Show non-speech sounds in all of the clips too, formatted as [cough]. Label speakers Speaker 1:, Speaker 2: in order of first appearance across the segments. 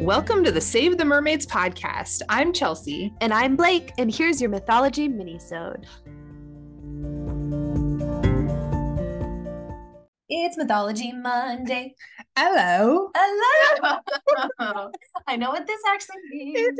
Speaker 1: Welcome to the Save the Mermaids podcast. I'm Chelsea.
Speaker 2: And I'm Blake, and here's your mythology minisode. It's Mythology Monday.
Speaker 1: Hello.
Speaker 2: Hello! [laughs]
Speaker 1: it's,
Speaker 2: I know what this actually means.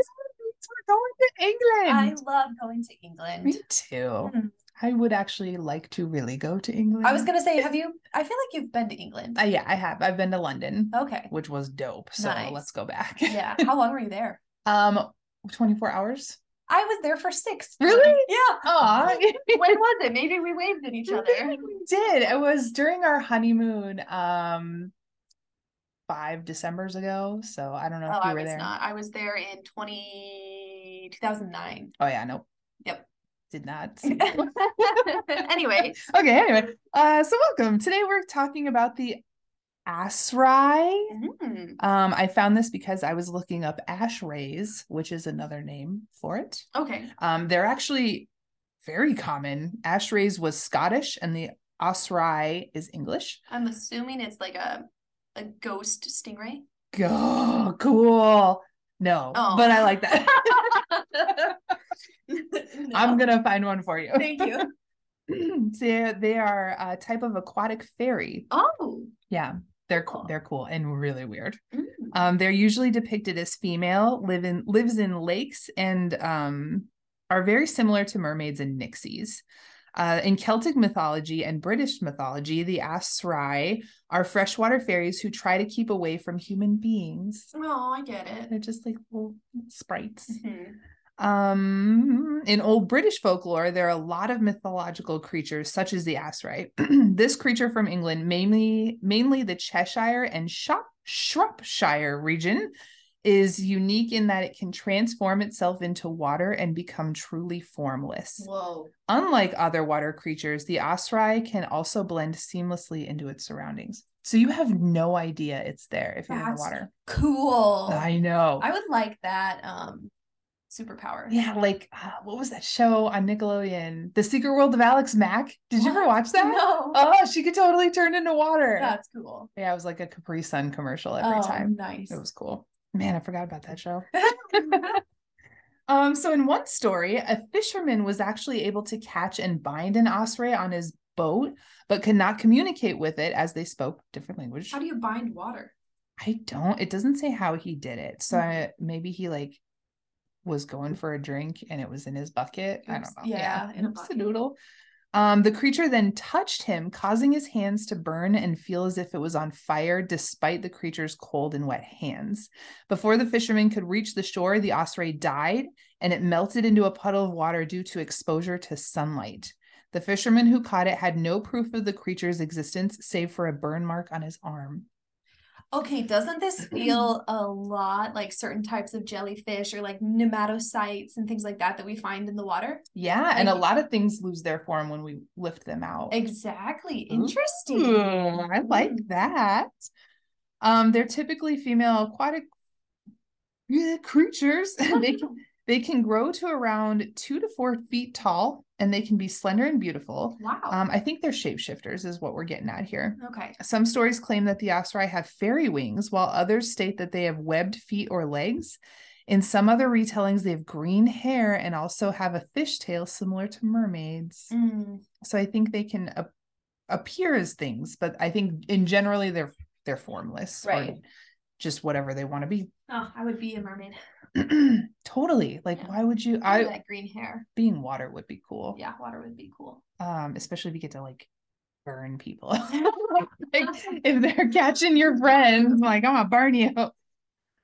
Speaker 1: we're going to
Speaker 2: I
Speaker 1: England.
Speaker 2: love going to England.
Speaker 1: Me too.
Speaker 2: Mhm.
Speaker 1: I would actually like to really go to England.
Speaker 2: I was gonna say, have you? I feel like you've been to England.
Speaker 1: Uh, yeah, I have. I've been to London,
Speaker 2: [laughs] Okay.
Speaker 1: which was dope. So
Speaker 2: Oh. Nice.
Speaker 1: let's go back.
Speaker 2: Yeah. How long were you there?
Speaker 1: [laughs] Um, 24 hours.
Speaker 2: I was there for six.
Speaker 1: Really?
Speaker 2: Yeah.
Speaker 1: [laughs] Aw.
Speaker 2: [laughs] When was it? Maybe we waved at [laughs] each other.
Speaker 1: [laughs] We did. It was during our honeymoon, um, five Decembers ago. So I don't know if
Speaker 2: Oh,
Speaker 1: you
Speaker 2: I
Speaker 1: were
Speaker 2: was
Speaker 1: there.
Speaker 2: not. I was there in 20, 2009.
Speaker 1: Oh yeah, nope.
Speaker 2: Yep.
Speaker 1: Did not.
Speaker 2: [laughs]
Speaker 1: [laughs]
Speaker 2: anyway,
Speaker 1: okay, anyway. Uh so welcome. Today we're talking about the Asrai.
Speaker 2: mm,
Speaker 1: Um, I found this because I was looking up ash rays, which is another name for it.
Speaker 2: okay.
Speaker 1: Um, they're actually very common. Ash rays was Scottish and the Asrai is English.
Speaker 2: I'm assuming it's like a a ghost stingray.
Speaker 1: Go cool. No,
Speaker 2: Oh.
Speaker 1: but I like
Speaker 2: [laughs]
Speaker 1: that. I'm
Speaker 2: No.
Speaker 1: gonna find one for you.
Speaker 2: [laughs]
Speaker 1: [clears throat]
Speaker 2: Thank you.
Speaker 1: they they are a type of aquatic fairy.
Speaker 2: Oh.
Speaker 1: Yeah, they're cool.
Speaker 2: Cool.
Speaker 1: They're cool and really weird.
Speaker 2: mm.
Speaker 1: Um, they're usually depicted as female, live in lives in lakes, and um, are very similar to mermaids and nixies. Uh, in Celtic mythology and British mythology, the Asrai are freshwater fairies who try to keep away from human beings.
Speaker 2: Oh, I get it.
Speaker 1: They're just like little sprites.
Speaker 2: Mhm.
Speaker 1: Um, in old British folklore, there are a lot of mythological creatures such as the Asrai. [clears throat] this creature from England, mainly mainly the Cheshire and Shop, Shropshire region, is unique in that it can transform itself into water and become truly formless.
Speaker 2: Whoa.
Speaker 1: Unlike other water creatures, the Asrai can also blend seamlessly into its surroundings. So you have no idea it's there if you're in the
Speaker 2: That's
Speaker 1: water.
Speaker 2: Cool. I,
Speaker 1: I know.
Speaker 2: would like that um superpower.
Speaker 1: Yeah, like uh, what was that show on Nickelodeon? The Secret World of Alex Mack. Did you ever
Speaker 2: What?
Speaker 1: watch that?
Speaker 2: [laughs] No.
Speaker 1: Oh, she could totally turn into water. Yeah.
Speaker 2: That's cool.
Speaker 1: it was like a Capri Sun commercial every
Speaker 2: oh,
Speaker 1: time.
Speaker 2: Nice.
Speaker 1: It was cool. Man, I forgot about that
Speaker 2: [laughs]
Speaker 1: show. Um, so in one story, a fisherman was actually able to catch and bind an osprey on his boat, but could not communicate with it as they spoke different language.
Speaker 2: How do you bind water?
Speaker 1: I don't. It doesn't say how he did it. So
Speaker 2: Mhm.
Speaker 1: I, maybe he like was going for a drink and it was in his bucket. I
Speaker 2: Oops.
Speaker 1: don't know.
Speaker 2: Yeah,
Speaker 1: [laughs]
Speaker 2: in a
Speaker 1: Oops,
Speaker 2: bucket.
Speaker 1: noodle. Um, the creature then touched him, causing his hands to burn and feel as if it was on fire, despite the creature's cold and wet hands. Before the fisherman could reach the shore, the osprey died and it melted into a puddle of water due to exposure to sunlight. The fisherman who caught it had no proof of the creature's existence save for a burn mark on his arm.
Speaker 2: Okay,
Speaker 1: [clears throat]
Speaker 2: doesn't this feel a lot like certain types of jellyfish or like nematocytes and things like that that we find in the water?
Speaker 1: Yeah, and a
Speaker 2: Like-
Speaker 1: lot of things lose their form when we lift them out.
Speaker 2: Exactly.
Speaker 1: Ooh,
Speaker 2: Interesting.
Speaker 1: Ooh, [laughs] I like
Speaker 2: Mm.
Speaker 1: that. Um, they're typically female aquatic yeah, creatures. [laughs]
Speaker 2: [laughs]
Speaker 1: they can, they can grow to around two to four feet tall, and they can be slender and beautiful.
Speaker 2: Wow.
Speaker 1: Um, I think they're shapeshifters, is what we're getting at here.
Speaker 2: okay.
Speaker 1: Some stories claim that the Osiri have fairy wings, while others state that they have webbed feet or legs. In some other retellings, they have green hair and also have a fish tail similar to mermaids.
Speaker 2: Mm,
Speaker 1: So I think they can ap- appear as things, but I think in generally they're they're formless, or
Speaker 2: Right.
Speaker 1: Just whatever they want to
Speaker 2: Oh, I would be a mermaid. [laughs]
Speaker 1: be. [clears throat] totally. Like,
Speaker 2: Yeah.
Speaker 1: why would you?
Speaker 2: I
Speaker 1: I
Speaker 2: that green hair.
Speaker 1: being water would be cool.
Speaker 2: Yeah, water would be cool.
Speaker 1: Um, especially if you get to like burn
Speaker 2: [laughs]
Speaker 1: people. [laughs] like if they're catching your friends, like I'm gonna burn you.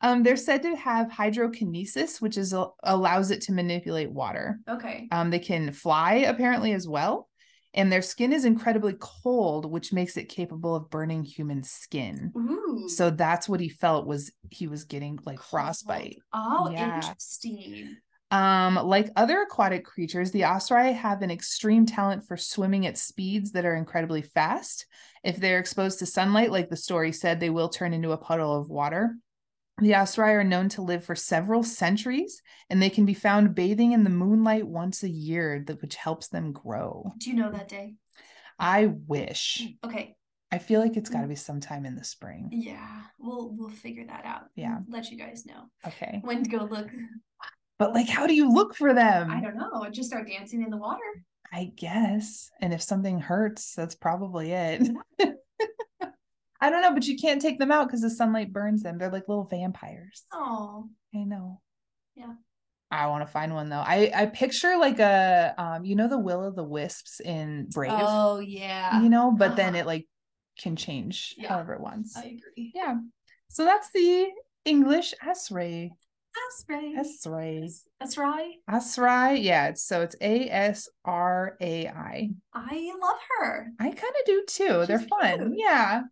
Speaker 1: Um, they're said to have hydrokinesis, which is uh, allows it to manipulate water.
Speaker 2: Okay.
Speaker 1: Um, they can fly apparently as well, and their skin is incredibly cold, which makes it capable of burning human skin.
Speaker 2: Ooh.
Speaker 1: So that's what he felt was he was getting like
Speaker 2: cold.
Speaker 1: frostbite.
Speaker 2: Oh,
Speaker 1: Yeah.
Speaker 2: interesting.
Speaker 1: Um, like other aquatic creatures, the osiri have an extreme talent for swimming at speeds that are incredibly fast. If they're exposed to sunlight, like the story said, they will turn into a puddle of water. The osiri are known to live for several centuries, and they can be found bathing in the moonlight once a year, that which helps them grow.
Speaker 2: Do you know that day?
Speaker 1: I wish.
Speaker 2: Okay.
Speaker 1: I feel like it's got
Speaker 2: Mm.
Speaker 1: to be sometime in the spring.
Speaker 2: Yeah, we'll we'll figure that out.
Speaker 1: Yeah.
Speaker 2: Let you guys know
Speaker 1: Okay.
Speaker 2: when to go look.
Speaker 1: But like, how do you look for them?
Speaker 2: I don't know. Just start dancing in the water.
Speaker 1: I guess. And if something hurts, that's probably it. [laughs] I don't know, but you can't take them out because the sunlight burns them. They're like little vampires.
Speaker 2: Oh,
Speaker 1: I know.
Speaker 2: Yeah.
Speaker 1: I want to find one though. I I picture like a um, you know, the will o' the wisps in Brave,
Speaker 2: oh yeah.
Speaker 1: you know, but then
Speaker 2: Uh-huh.
Speaker 1: it like can change
Speaker 2: Yeah.
Speaker 1: however it wants.
Speaker 2: I agree.
Speaker 1: yeah. So that's the English Asray.
Speaker 2: That's right.
Speaker 1: Asray.
Speaker 2: That's right.
Speaker 1: Asrai. Yeah. It's, so it's A S R A I.
Speaker 2: I love her.
Speaker 1: I kind of do too. They're
Speaker 2: She's
Speaker 1: fun.
Speaker 2: cute.
Speaker 1: Yeah.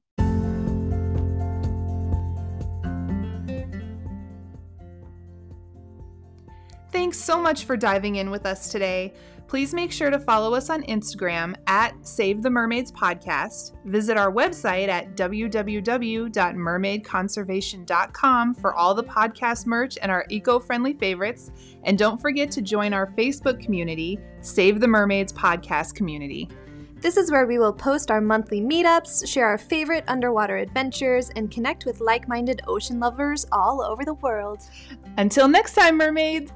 Speaker 1: Thanks so much for diving in with us today. Please make sure to follow us on Instagram at Save the Mermaids Podcast. Visit our website at www.mermaidconservation.com for all the podcast merch and our eco friendly favorites. And don't forget to join our Facebook community, Save the Mermaids Podcast Community.
Speaker 3: This is where we will post our monthly meetups, share our favorite underwater adventures, and connect with like minded ocean lovers all over the world.
Speaker 1: Until next time, mermaids!